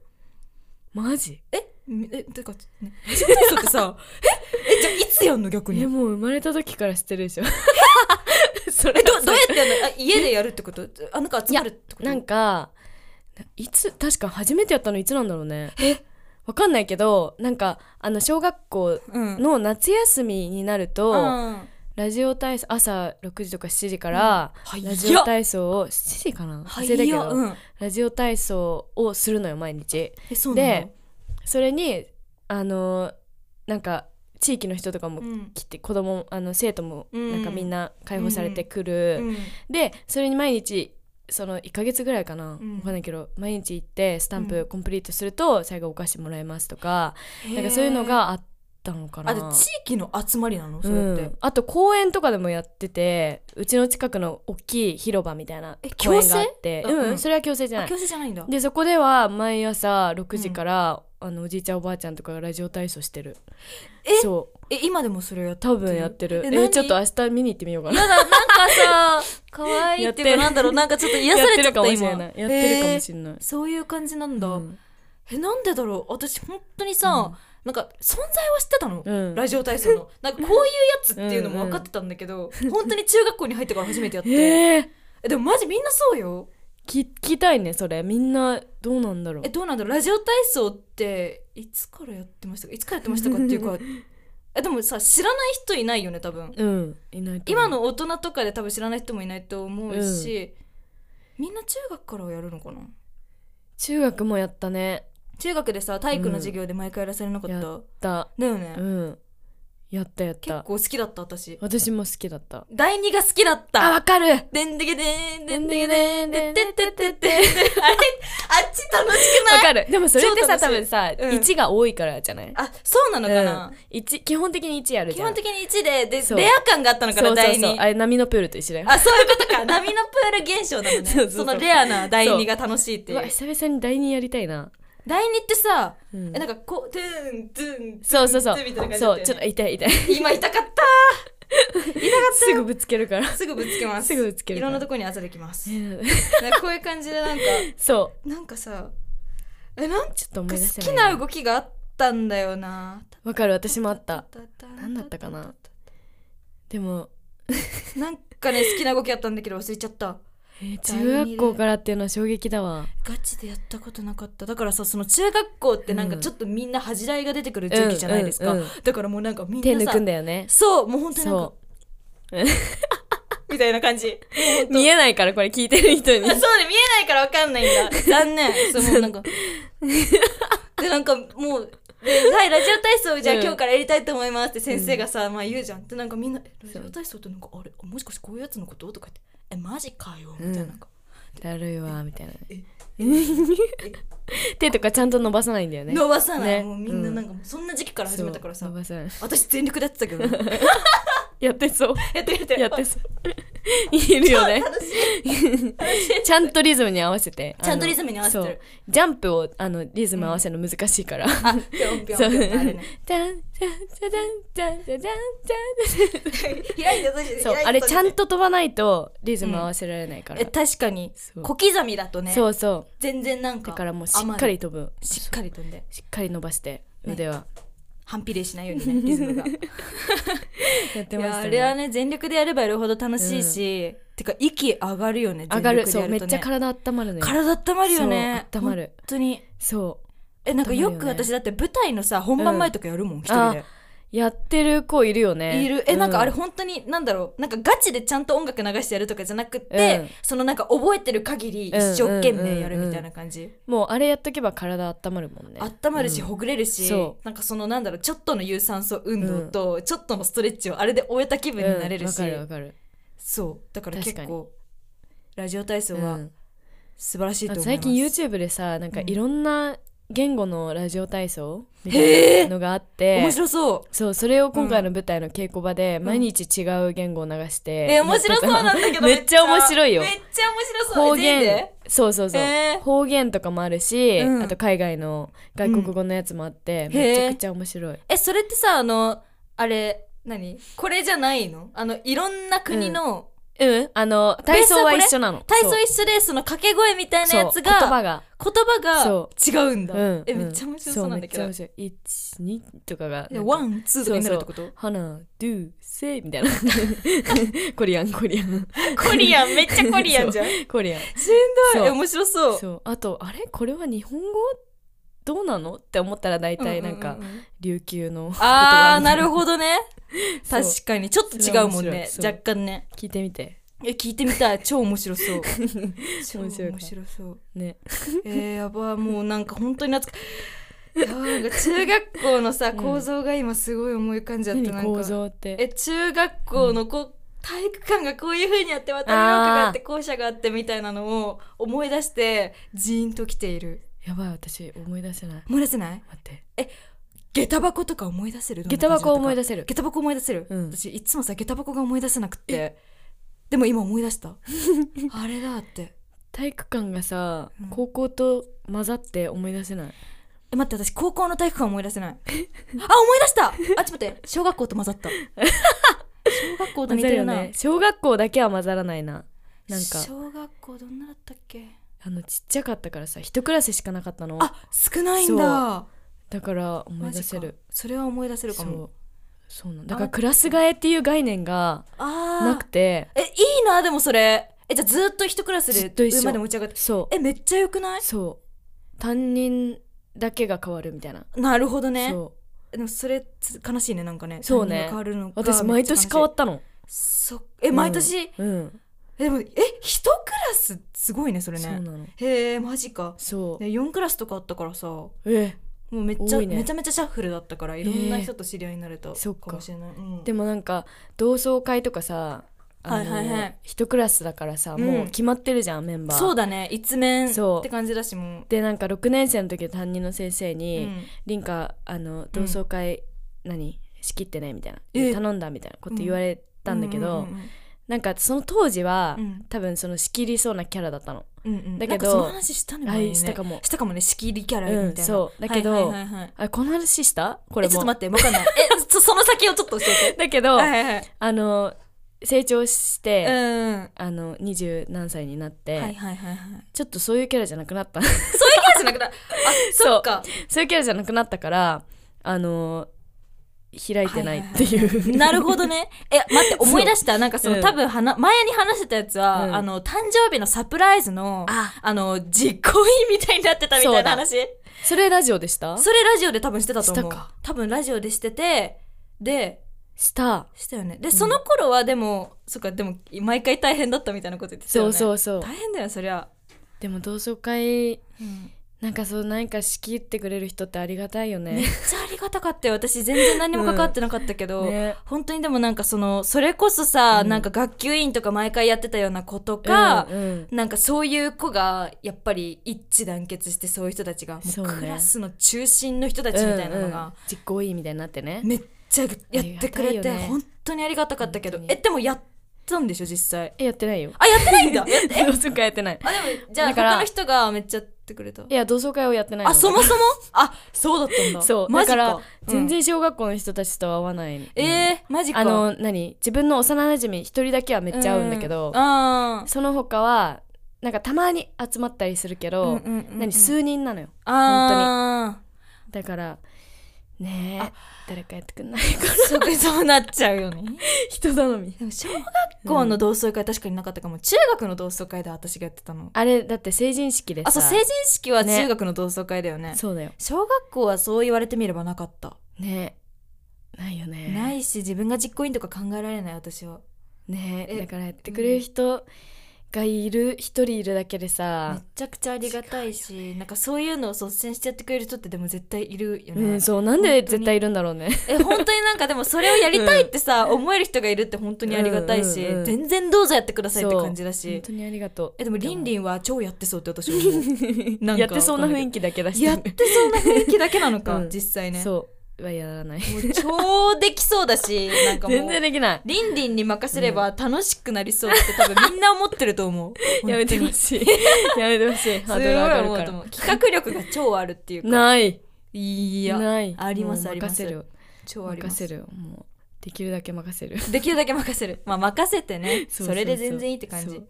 [SPEAKER 1] マ ジ
[SPEAKER 2] えみえてか、ね、ラジオ体操ってさええじゃあいつやんの逆に
[SPEAKER 1] え
[SPEAKER 2] え
[SPEAKER 1] もう生まれた時から知ってるで しょ
[SPEAKER 2] どどうやってやんのあ家でやるってことあなんか集まるってこと
[SPEAKER 1] なんかいつ確か初めてやったのいつなんだろうねわかんないけどなんかあの小学校
[SPEAKER 2] うん
[SPEAKER 1] の夏休みになると、
[SPEAKER 2] うん
[SPEAKER 1] ラジオ体操朝6時とか7時から、
[SPEAKER 2] うん
[SPEAKER 1] ラジオ体操を7時かな
[SPEAKER 2] は
[SPEAKER 1] 忘れたけ
[SPEAKER 2] いや
[SPEAKER 1] ど、
[SPEAKER 2] うん
[SPEAKER 1] ラジオ体操をするのよ毎日
[SPEAKER 2] えそうなの
[SPEAKER 1] でそれにあのなんか地域の人とかも
[SPEAKER 2] うん
[SPEAKER 1] 来て、子供あの生徒も
[SPEAKER 2] うん
[SPEAKER 1] なんかみんな解放されてく
[SPEAKER 2] う
[SPEAKER 1] る、
[SPEAKER 2] ん
[SPEAKER 1] でそれに毎日その1ヶ月ぐらいかな、わ
[SPEAKER 2] うん
[SPEAKER 1] かんないけど毎日行ってスタン
[SPEAKER 2] う
[SPEAKER 1] プ
[SPEAKER 2] ん
[SPEAKER 1] コンプリートすると最後お菓子もらえますとか、なんかそういうの
[SPEAKER 2] へー
[SPEAKER 1] があったのかな
[SPEAKER 2] あで地域の集まりなのそれ
[SPEAKER 1] う
[SPEAKER 2] って、
[SPEAKER 1] ん、あと公園とかでもやっててうちの近くの大きい広場みたいな
[SPEAKER 2] え
[SPEAKER 1] 公園があって
[SPEAKER 2] 強制
[SPEAKER 1] うん、
[SPEAKER 2] うん
[SPEAKER 1] それは強制じゃな
[SPEAKER 2] あ
[SPEAKER 1] い
[SPEAKER 2] 教師じゃないんだ
[SPEAKER 1] でそこでは毎朝6時から、あのおじいちゃんおばあちゃんとかがラジオ体操してる
[SPEAKER 2] え
[SPEAKER 1] そう
[SPEAKER 2] え今でもそれやって
[SPEAKER 1] 多分やってる
[SPEAKER 2] え
[SPEAKER 1] え
[SPEAKER 2] 何
[SPEAKER 1] ちょっと明日見に行ってみようかな
[SPEAKER 2] やだなんかさ可愛いっていう
[SPEAKER 1] やってる
[SPEAKER 2] かなんだろうなんかちょっと癒さ
[SPEAKER 1] やっ
[SPEAKER 2] れ
[SPEAKER 1] て
[SPEAKER 2] ちゃ
[SPEAKER 1] る
[SPEAKER 2] っ
[SPEAKER 1] か
[SPEAKER 2] た
[SPEAKER 1] もし
[SPEAKER 2] 今
[SPEAKER 1] れないやってるかも
[SPEAKER 2] へ
[SPEAKER 1] しれない
[SPEAKER 2] ーそういう感じなんだ、
[SPEAKER 1] うん
[SPEAKER 2] えなんでだろう私本当にさ、なんか存在は知ってたの、
[SPEAKER 1] うん
[SPEAKER 2] ラジオ体操 のなんかこういうやつっていうのも分かってたんだけど、本当に中学校に入ってから初めてやって、
[SPEAKER 1] えー、
[SPEAKER 2] えでもマジみんなそうよ
[SPEAKER 1] き聞きたいねそれみんなどうなんだろう
[SPEAKER 2] えどうなんだろうラジオ体操っていつからやってましたかいつからやってましたかっていうかえでもさ知らない人いないよね多分
[SPEAKER 1] うんいないと思う
[SPEAKER 2] 今の大人とかで多分知らない人もいないと思うし、みんな中学からはやるのかな
[SPEAKER 1] 中学もやったね
[SPEAKER 2] 中学でさ体育の授業で毎回やらされなかった、
[SPEAKER 1] うんやだ
[SPEAKER 2] だよね、
[SPEAKER 1] うんやったやっ
[SPEAKER 2] 結
[SPEAKER 1] た
[SPEAKER 2] 構好きだった私
[SPEAKER 1] 私も好きだった
[SPEAKER 2] 第二が好きだっ
[SPEAKER 1] あ
[SPEAKER 2] た
[SPEAKER 1] わかる
[SPEAKER 2] でんでけでんで
[SPEAKER 1] で
[SPEAKER 2] ん
[SPEAKER 1] んで
[SPEAKER 2] で
[SPEAKER 1] でんでんでんでんでんでん
[SPEAKER 2] あれあっち楽しく
[SPEAKER 1] わ
[SPEAKER 2] ない
[SPEAKER 1] かるでもそれってさ多
[SPEAKER 2] 超楽し
[SPEAKER 1] 分
[SPEAKER 2] い
[SPEAKER 1] さ、
[SPEAKER 2] うん
[SPEAKER 1] 1が多いからじゃない
[SPEAKER 2] あそうなのかな、
[SPEAKER 1] 一基本的に1やる
[SPEAKER 2] 基
[SPEAKER 1] じゃ
[SPEAKER 2] 本
[SPEAKER 1] ん
[SPEAKER 2] 的に1でで
[SPEAKER 1] そう
[SPEAKER 2] レア感があったのか
[SPEAKER 1] そ
[SPEAKER 2] な
[SPEAKER 1] うそ
[SPEAKER 2] 第
[SPEAKER 1] うそう
[SPEAKER 2] 二
[SPEAKER 1] あれ波のプールと一緒だよ
[SPEAKER 2] あそういうことか波のプール現象なのね
[SPEAKER 1] そうそうそう
[SPEAKER 2] そのレアな第二が楽しいって
[SPEAKER 1] う
[SPEAKER 2] いう
[SPEAKER 1] わ久々に第2やりたいな、
[SPEAKER 2] 第二ってさ、
[SPEAKER 1] うん
[SPEAKER 2] えなんかこうトゥーントゥーン
[SPEAKER 1] そうそうそう
[SPEAKER 2] みたいな感じだ
[SPEAKER 1] そ
[SPEAKER 2] ったよ
[SPEAKER 1] う
[SPEAKER 2] ね
[SPEAKER 1] ちょっと痛い痛い
[SPEAKER 2] 今痛かっ
[SPEAKER 1] すぐぶつける から
[SPEAKER 2] たすぐぶつけます
[SPEAKER 1] すぐぶつける
[SPEAKER 2] い
[SPEAKER 1] か
[SPEAKER 2] ろ
[SPEAKER 1] ら
[SPEAKER 2] んなとこにあざで きますなんかこういう感じでなんか
[SPEAKER 1] そ
[SPEAKER 2] なんかさえなん
[SPEAKER 1] うちょっと思
[SPEAKER 2] か
[SPEAKER 1] い出せ
[SPEAKER 2] 好
[SPEAKER 1] ない
[SPEAKER 2] きな動きがあったんだよな
[SPEAKER 1] わかる私もあった
[SPEAKER 2] 何
[SPEAKER 1] だったかなでも、
[SPEAKER 2] なんかね好きな動きあったんだけど忘れちゃった
[SPEAKER 1] えー中学校からっていうのは衝撃だわ
[SPEAKER 2] ガチでやったことなかっただからさその中学校ってなんか
[SPEAKER 1] うん
[SPEAKER 2] ちょっとみんな恥じらいが出てくる時期じゃないですか、
[SPEAKER 1] うんうんうん
[SPEAKER 2] だからもうなんかみん
[SPEAKER 1] 手
[SPEAKER 2] なさ
[SPEAKER 1] 抜くんだよね
[SPEAKER 2] そうもう本当になんか
[SPEAKER 1] そ
[SPEAKER 2] みたいな感じ
[SPEAKER 1] う見えないからこれ聞いてる人に
[SPEAKER 2] あそうね見えないからわかんないんだ 残念そうもうなん かでなんかもうではい、ラジオ体操じゃあ
[SPEAKER 1] うん
[SPEAKER 2] 今日からやりたいと思いますって先生がさ、まあ言うじゃんでなんかみんなえ「ラジ
[SPEAKER 1] そう
[SPEAKER 2] オ体操ってなんかあれもしかしてこういうやつのこと?」とか言って「えマジかよ」みたいななんか、
[SPEAKER 1] だるいわみたいなね
[SPEAKER 2] え
[SPEAKER 1] 手とかちゃんと伸ばさないんだよね
[SPEAKER 2] 伸ばさない、
[SPEAKER 1] ね
[SPEAKER 2] もうみんななんかもうそんな時期から始めたから
[SPEAKER 1] そ
[SPEAKER 2] さ
[SPEAKER 1] う伸ばさない
[SPEAKER 2] 私全力でやってたけどね
[SPEAKER 1] やってそう
[SPEAKER 2] やってるやってる
[SPEAKER 1] やってそういるよ ね
[SPEAKER 2] 楽しい
[SPEAKER 1] ちゃんとリズムに合わせてあの
[SPEAKER 2] ちゃんとリズムに合わせて
[SPEAKER 1] そ
[SPEAKER 2] る
[SPEAKER 1] うジャンプをあのリズム合わせるの難しいから、
[SPEAKER 2] あぴょんぴょんぴ
[SPEAKER 1] そ
[SPEAKER 2] ょ
[SPEAKER 1] うんじゃ
[SPEAKER 2] ってあ
[SPEAKER 1] ん
[SPEAKER 2] れね
[SPEAKER 1] じゃんじゃじゃんじゃんじゃじゃんじゃん
[SPEAKER 2] 開いて閉じて
[SPEAKER 1] そう
[SPEAKER 2] 開いて閉じて
[SPEAKER 1] あれちゃんと飛ばないとリズム合わせられないから、
[SPEAKER 2] え確かに
[SPEAKER 1] そう
[SPEAKER 2] 小刻みだとね
[SPEAKER 1] そうそう
[SPEAKER 2] 全然なんか
[SPEAKER 1] だからもうしっかり飛ぶ
[SPEAKER 2] 甘いしっかり飛んで
[SPEAKER 1] しっかり伸ばして腕は、
[SPEAKER 2] 反比例しないよう にねリズムがい
[SPEAKER 1] やってまし
[SPEAKER 2] や
[SPEAKER 1] た
[SPEAKER 2] あ
[SPEAKER 1] ね
[SPEAKER 2] れはね全力でやればやるほど楽しいし、てか息上がるよね
[SPEAKER 1] 上がる
[SPEAKER 2] 全
[SPEAKER 1] そう
[SPEAKER 2] 力で
[SPEAKER 1] め
[SPEAKER 2] や
[SPEAKER 1] っ
[SPEAKER 2] とね
[SPEAKER 1] ちゃ体温まるね
[SPEAKER 2] 体温まるよね
[SPEAKER 1] そう温まる
[SPEAKER 2] 本当に
[SPEAKER 1] そう
[SPEAKER 2] えなんかよく
[SPEAKER 1] なるよね
[SPEAKER 2] 私だって舞台のさ本番前とかやるもん、一人で
[SPEAKER 1] やってる子いるよね
[SPEAKER 2] いるえなんかあれ
[SPEAKER 1] う
[SPEAKER 2] 本当になんだろうなんかガチでちゃんと音楽流してやるとかじゃなくって、
[SPEAKER 1] うん
[SPEAKER 2] そのなんか覚えてる限り
[SPEAKER 1] うん
[SPEAKER 2] 一生懸命やるみたいな感じ、
[SPEAKER 1] もうあれやっとけば体温まるもんね
[SPEAKER 2] 温まるし
[SPEAKER 1] うん
[SPEAKER 2] ほぐれるし、
[SPEAKER 1] そ
[SPEAKER 2] なんかそのなんだろうちょっとの有酸素運動と、ちょっとのストレッチをあれで終えた気分になれるし、
[SPEAKER 1] うんわ、かるわかる
[SPEAKER 2] そうだから結
[SPEAKER 1] 確か
[SPEAKER 2] 構ラジオ体操
[SPEAKER 1] う
[SPEAKER 2] は
[SPEAKER 1] ん
[SPEAKER 2] 素晴らしいと
[SPEAKER 1] あ
[SPEAKER 2] 思
[SPEAKER 1] と
[SPEAKER 2] います、
[SPEAKER 1] 最近 YouTube でさなんかいろんな言語のラジオ体操みたい
[SPEAKER 2] へー
[SPEAKER 1] なのがあって、
[SPEAKER 2] 面白そう
[SPEAKER 1] そうそれを今回の舞台の稽古場で毎日違う言語を流して、
[SPEAKER 2] え面白そうな んだけど
[SPEAKER 1] めっちゃ面白いよ
[SPEAKER 2] めっちゃ面白そう
[SPEAKER 1] 方
[SPEAKER 2] 全
[SPEAKER 1] 言
[SPEAKER 2] 部
[SPEAKER 1] そうそうそう、
[SPEAKER 2] えー
[SPEAKER 1] 方言とかもあるし、
[SPEAKER 2] うん
[SPEAKER 1] あと海外の外国語のやつもあって、
[SPEAKER 2] ん
[SPEAKER 1] めちゃくちゃ面白い、
[SPEAKER 2] えそれってさあのあれ何これじゃないのあのいろんな国の、
[SPEAKER 1] うんあの体操は一緒なの
[SPEAKER 2] 体操
[SPEAKER 1] そう
[SPEAKER 2] 一緒でその掛け声みたいなやつ
[SPEAKER 1] そう言
[SPEAKER 2] が
[SPEAKER 1] 葉が
[SPEAKER 2] 言葉
[SPEAKER 1] そ
[SPEAKER 2] が違うんだ、
[SPEAKER 1] うん
[SPEAKER 2] え
[SPEAKER 1] うん
[SPEAKER 2] めっちゃ面白そうなんだけ
[SPEAKER 1] そ
[SPEAKER 2] ど
[SPEAKER 1] めっちゃ面白い12とかが
[SPEAKER 2] でワンツーとかになるってこと
[SPEAKER 1] 花ドゥセイみたいな コリアンコリアン
[SPEAKER 2] コリアンめっちゃコリアンじゃんしん
[SPEAKER 1] コリアン
[SPEAKER 2] ど
[SPEAKER 1] そう
[SPEAKER 2] いえ面白そう
[SPEAKER 1] そうあとあれこれは日本語どうなのって思ったら大体なんか、
[SPEAKER 2] うううう
[SPEAKER 1] 琉球の
[SPEAKER 2] あーなる
[SPEAKER 1] ほ
[SPEAKER 2] ほどね
[SPEAKER 1] そう
[SPEAKER 2] 確かにちょっと違うも
[SPEAKER 1] それは面
[SPEAKER 2] んね
[SPEAKER 1] 白いそう
[SPEAKER 2] 若干ね
[SPEAKER 1] ど聞いてみて
[SPEAKER 2] え聞いてみたい 超面白そう超面
[SPEAKER 1] 面白いか
[SPEAKER 2] 白そう
[SPEAKER 1] ね
[SPEAKER 2] えー、やばいもうなんか本当に懐かいやー なんか中学校のさ
[SPEAKER 1] ん
[SPEAKER 2] 構造が今すごい思い浮かんじゃって
[SPEAKER 1] 何
[SPEAKER 2] なん
[SPEAKER 1] 構
[SPEAKER 2] か
[SPEAKER 1] 造って
[SPEAKER 2] え中学校のこう体育館がこういう風にあって渡り廊下があって校舎があってみたいなのを思い出してジーンと来ている
[SPEAKER 1] やばい私思い出せない待
[SPEAKER 2] 思い出せない
[SPEAKER 1] って
[SPEAKER 2] 下駄箱とか思い出せる
[SPEAKER 1] 下駄箱を思い
[SPEAKER 2] 出
[SPEAKER 1] 出せる
[SPEAKER 2] 下駄箱思い出せる、
[SPEAKER 1] うん
[SPEAKER 2] 私いつもさ下駄箱が思い出せなくてでも今思い出した あれだって
[SPEAKER 1] 体育館がさ
[SPEAKER 2] うん
[SPEAKER 1] 高校と混ざって思い出せない
[SPEAKER 2] え待って私高校の体育館思い出せないあ思い出したあちょっと待って小学校と混ざった 小学校と
[SPEAKER 1] 混
[SPEAKER 2] 似
[SPEAKER 1] ざ
[SPEAKER 2] て
[SPEAKER 1] るよ
[SPEAKER 2] るな
[SPEAKER 1] ね小学校だけは混ざらないななんか
[SPEAKER 2] 小学校どんなだったっけ
[SPEAKER 1] あのちっちゃかったからさ一クラスしかなかったの
[SPEAKER 2] あ少ないんだ
[SPEAKER 1] だから思い
[SPEAKER 2] マジ
[SPEAKER 1] 出
[SPEAKER 2] か
[SPEAKER 1] せる
[SPEAKER 2] それは思い出せるか
[SPEAKER 1] そ
[SPEAKER 2] も
[SPEAKER 1] うそうなんだからクラス替えっていう概念がな
[SPEAKER 2] あ
[SPEAKER 1] く
[SPEAKER 2] あ
[SPEAKER 1] て
[SPEAKER 2] えいいなでもそれえじゃあずっと一クラス
[SPEAKER 1] ず
[SPEAKER 2] で
[SPEAKER 1] っと一緒
[SPEAKER 2] 上まで持ち上がって
[SPEAKER 1] そ
[SPEAKER 2] えめっちゃよくないう
[SPEAKER 1] そう担任だけが変わるみたいな
[SPEAKER 2] なるほどね
[SPEAKER 1] そう
[SPEAKER 2] でもそれつ悲しいねなんかね
[SPEAKER 1] そうね
[SPEAKER 2] 担任が変わるのが
[SPEAKER 1] 私毎年変わ
[SPEAKER 2] っ
[SPEAKER 1] ったの
[SPEAKER 2] そえ毎年、
[SPEAKER 1] うん
[SPEAKER 2] えでもえ一クラスすごいねそれ
[SPEAKER 1] そう
[SPEAKER 2] ね
[SPEAKER 1] なの
[SPEAKER 2] へえマジか
[SPEAKER 1] そう
[SPEAKER 2] で4クラスとかあったからさも
[SPEAKER 1] え
[SPEAKER 2] うめっちゃ、
[SPEAKER 1] 多いね
[SPEAKER 2] めちゃめちゃシャッフルだったからいろんな人と知り合いになれた
[SPEAKER 1] そっか
[SPEAKER 2] かもしれない、うん
[SPEAKER 1] でもなんか同窓会とかさあの
[SPEAKER 2] はいはいはい
[SPEAKER 1] 一クラスだからさ
[SPEAKER 2] うん
[SPEAKER 1] もう決まってるじゃんメンバー
[SPEAKER 2] そうだね一面っ
[SPEAKER 1] そう
[SPEAKER 2] て感じだしもう
[SPEAKER 1] でなんか6年生の時の担任の先生に、
[SPEAKER 2] うん
[SPEAKER 1] リンカあの同窓会、何仕切ってねみたいな
[SPEAKER 2] え
[SPEAKER 1] 頼んだみたいなこと言われたんだけど、
[SPEAKER 2] うんうん
[SPEAKER 1] なんかその当時は、
[SPEAKER 2] うん
[SPEAKER 1] 多分その仕切りそうなキャラだったの、
[SPEAKER 2] うんうんうん
[SPEAKER 1] だけど
[SPEAKER 2] なんかその話したね前に
[SPEAKER 1] あ
[SPEAKER 2] ね
[SPEAKER 1] したかも
[SPEAKER 2] したかもね仕切りキャラみたいな、
[SPEAKER 1] うん、そうだけど、
[SPEAKER 2] はいはいはいはい
[SPEAKER 1] あこの話したこれ
[SPEAKER 2] え
[SPEAKER 1] も
[SPEAKER 2] ちょっと待ってわ かんないえそその先をちょっと教えて
[SPEAKER 1] だけど、
[SPEAKER 2] はいはいはい
[SPEAKER 1] あの成長して、
[SPEAKER 2] うんはい
[SPEAKER 1] あの二十何歳になって、
[SPEAKER 2] はいはいはい
[SPEAKER 1] ちょっとそういうキャラじゃなくなった
[SPEAKER 2] じゃなくなあ
[SPEAKER 1] そう
[SPEAKER 2] そっか
[SPEAKER 1] そういうキャラじゃなくなったからあの開いてないっていう、
[SPEAKER 2] なる ほどね。え、待って、
[SPEAKER 1] そう
[SPEAKER 2] 思い出した。なんかその、
[SPEAKER 1] うん
[SPEAKER 2] 多分はな、前に話してたやつは、
[SPEAKER 1] うん
[SPEAKER 2] あの、誕生日のサプライズの、あ
[SPEAKER 1] あ
[SPEAKER 2] の、実行委員みたいになってたみたいな話。
[SPEAKER 1] それラジオでした
[SPEAKER 2] それラジオで多分してたと思
[SPEAKER 1] し
[SPEAKER 2] う
[SPEAKER 1] たか。
[SPEAKER 2] 多分ラジオでしてて、で、
[SPEAKER 1] した
[SPEAKER 2] したよね。で、その頃はでも、そっか、でも、毎回大変だったみたいなこと言ってたよ
[SPEAKER 1] そ
[SPEAKER 2] ね。
[SPEAKER 1] うそうそう
[SPEAKER 2] 大変だよ、そりゃ。
[SPEAKER 1] でも同窓会
[SPEAKER 2] うん
[SPEAKER 1] なんかそう何か仕切ってくれる人ってありがたいよ
[SPEAKER 2] めっ
[SPEAKER 1] ね。
[SPEAKER 2] ちゃありがたかったよ。私、全然何も関わってなかったけど、
[SPEAKER 1] ね
[SPEAKER 2] 本当にでもなんかその、それこそさ、
[SPEAKER 1] うん
[SPEAKER 2] なんか学級委員とか毎回やってたような子とか、
[SPEAKER 1] うんうん
[SPEAKER 2] なんかそういう子がやっぱり一致団結してそういう人たちがも
[SPEAKER 1] そううね
[SPEAKER 2] クラスの中心の人たちみたいなの
[SPEAKER 1] うんうん
[SPEAKER 2] が
[SPEAKER 1] 実行委員みたいになってね。
[SPEAKER 2] めっちゃやってく
[SPEAKER 1] あり
[SPEAKER 2] れ
[SPEAKER 1] が
[SPEAKER 2] て
[SPEAKER 1] たいよね
[SPEAKER 2] 本当にありがたかったけど
[SPEAKER 1] 本当
[SPEAKER 2] え
[SPEAKER 1] に
[SPEAKER 2] でもやったんでしょ実際
[SPEAKER 1] えやってないよ。
[SPEAKER 2] あやってないん だや
[SPEAKER 1] 同
[SPEAKER 2] っ
[SPEAKER 1] 窓会やってない。
[SPEAKER 2] あでもじゃあ
[SPEAKER 1] だから
[SPEAKER 2] 他の人がめっちゃやってくれた
[SPEAKER 1] いや同窓会をやってないの
[SPEAKER 2] あそも そもあそうだったんだ
[SPEAKER 1] そう
[SPEAKER 2] マ
[SPEAKER 1] だ
[SPEAKER 2] ジ
[SPEAKER 1] から
[SPEAKER 2] か
[SPEAKER 1] 全然小学校の人たちとは合わない。
[SPEAKER 2] うんえーマジか
[SPEAKER 1] あの何自分の幼馴染み一人だけはめっちゃ合うんだけど、
[SPEAKER 2] あ
[SPEAKER 1] その他はなんかたまに集まったりするけど、何数人なのよ。
[SPEAKER 2] 本
[SPEAKER 1] だからねえ
[SPEAKER 2] あ
[SPEAKER 1] 誰かやってくんないかな
[SPEAKER 2] そそうなっちゃうよね。
[SPEAKER 1] 人頼み
[SPEAKER 2] でも小学校の同窓会確かになかったかも。中学の同窓会で私がやってたの。
[SPEAKER 1] あれだって成人式でさ
[SPEAKER 2] あ、そう、成人式は
[SPEAKER 1] ね
[SPEAKER 2] 中学の同窓会だよね。
[SPEAKER 1] そうだよ
[SPEAKER 2] 小学校はそう言われてみればなかった。
[SPEAKER 1] ねないよね
[SPEAKER 2] ないし、自分が実行委員とか考えられない私は。
[SPEAKER 1] ね
[SPEAKER 2] え
[SPEAKER 1] だからやってくれる人がいる一人いるだけで
[SPEAKER 2] め
[SPEAKER 1] さ、
[SPEAKER 2] ちゃくちゃありがたいし、なんかそういうのを率先してやってくれる人ってでも絶対いるよ
[SPEAKER 1] う
[SPEAKER 2] ね。
[SPEAKER 1] んそうなんで絶対いるんだろうね
[SPEAKER 2] え本当になんかでもそれをやりたいってさ、思える人がいるって本当にありがたいし、
[SPEAKER 1] うんうんうん
[SPEAKER 2] 全然どうぞやってくださいって
[SPEAKER 1] そう
[SPEAKER 2] 感じだ
[SPEAKER 1] 本
[SPEAKER 2] し
[SPEAKER 1] 当にありがとう
[SPEAKER 2] えでもりんりんは超やってそうって私は思 うなんか
[SPEAKER 1] やってそうな雰囲気だけだし
[SPEAKER 2] やってそうな雰囲気だけなのか、
[SPEAKER 1] うん
[SPEAKER 2] 実際ねも
[SPEAKER 1] そうはやらないう
[SPEAKER 2] 超できそうだ しなんかもう
[SPEAKER 1] 全然できない
[SPEAKER 2] りんりんに任せれば楽しくなりそうって多分みんな思ってると思う
[SPEAKER 1] やめてほ
[SPEAKER 2] す
[SPEAKER 1] しいやめてほしいハ
[SPEAKER 2] ご
[SPEAKER 1] ー
[SPEAKER 2] い
[SPEAKER 1] ドル上が
[SPEAKER 2] 思う
[SPEAKER 1] る
[SPEAKER 2] と
[SPEAKER 1] か
[SPEAKER 2] 思う企画力が超あるっていう
[SPEAKER 1] ら
[SPEAKER 2] か
[SPEAKER 1] ない
[SPEAKER 2] い
[SPEAKER 1] い
[SPEAKER 2] や
[SPEAKER 1] ない
[SPEAKER 2] あります
[SPEAKER 1] もう
[SPEAKER 2] あります
[SPEAKER 1] 任せる
[SPEAKER 2] 超あり
[SPEAKER 1] 任
[SPEAKER 2] ます
[SPEAKER 1] せるもうできるだけ任せる
[SPEAKER 2] できるだけ任せる まあ任せてね
[SPEAKER 1] そうそうそう
[SPEAKER 2] それで全然いいって感
[SPEAKER 1] そ
[SPEAKER 2] じ
[SPEAKER 1] う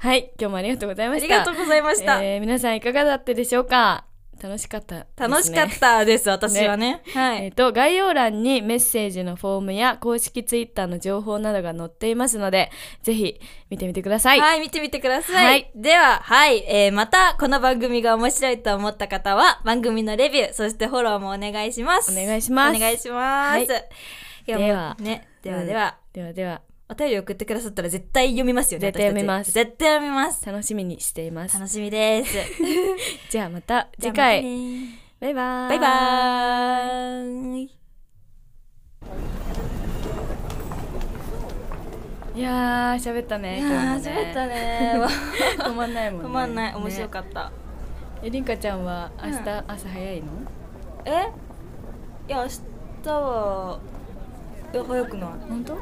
[SPEAKER 1] はい今日もありがとうございま
[SPEAKER 2] あ
[SPEAKER 1] し
[SPEAKER 2] り
[SPEAKER 1] た
[SPEAKER 2] がとうございました。
[SPEAKER 1] えー皆さんいかがだったでしょうか楽しかったですね、
[SPEAKER 2] 楽しかったです、私はね。は
[SPEAKER 1] えっ
[SPEAKER 2] い。
[SPEAKER 1] と、概要欄にメッセージのフォームや公式ツイッターの情報などが載っていますので、ぜひ見てみてください。
[SPEAKER 2] はい、見てみてください。
[SPEAKER 1] はい
[SPEAKER 2] では、はい、えーまた、この番組が面白いと思った方は、番組のレビュー、そしてフォローもお願いします。
[SPEAKER 1] お願いします
[SPEAKER 2] お願いします。
[SPEAKER 1] はい
[SPEAKER 2] で
[SPEAKER 1] では
[SPEAKER 2] ね、では
[SPEAKER 1] うん
[SPEAKER 2] では、
[SPEAKER 1] ではでは、
[SPEAKER 2] お便り送ってくださったら絶対読みますよね。
[SPEAKER 1] 絶対
[SPEAKER 2] 私たち
[SPEAKER 1] 読みます
[SPEAKER 2] 絶対読みます。
[SPEAKER 1] 楽しみにしています。
[SPEAKER 2] 楽しみ です。
[SPEAKER 1] じゃあまた次
[SPEAKER 2] じゃあ
[SPEAKER 1] 回、
[SPEAKER 2] またね
[SPEAKER 1] バイバー
[SPEAKER 2] バイバーイ。
[SPEAKER 1] イ。いやー、喋ったね。
[SPEAKER 2] いやー、
[SPEAKER 1] 今日も
[SPEAKER 2] 喋ったね。
[SPEAKER 1] ね。止まんないもんね。
[SPEAKER 2] 止まんない。面白
[SPEAKER 1] っ
[SPEAKER 2] かった。
[SPEAKER 1] た。え、りんかちゃんは明
[SPEAKER 2] う
[SPEAKER 1] 日
[SPEAKER 2] ん
[SPEAKER 1] 朝早いの
[SPEAKER 2] えいや明日はえ早くない
[SPEAKER 1] 本当
[SPEAKER 2] うん、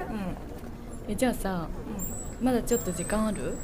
[SPEAKER 1] え、じゃあさ、まだちょっと時間ある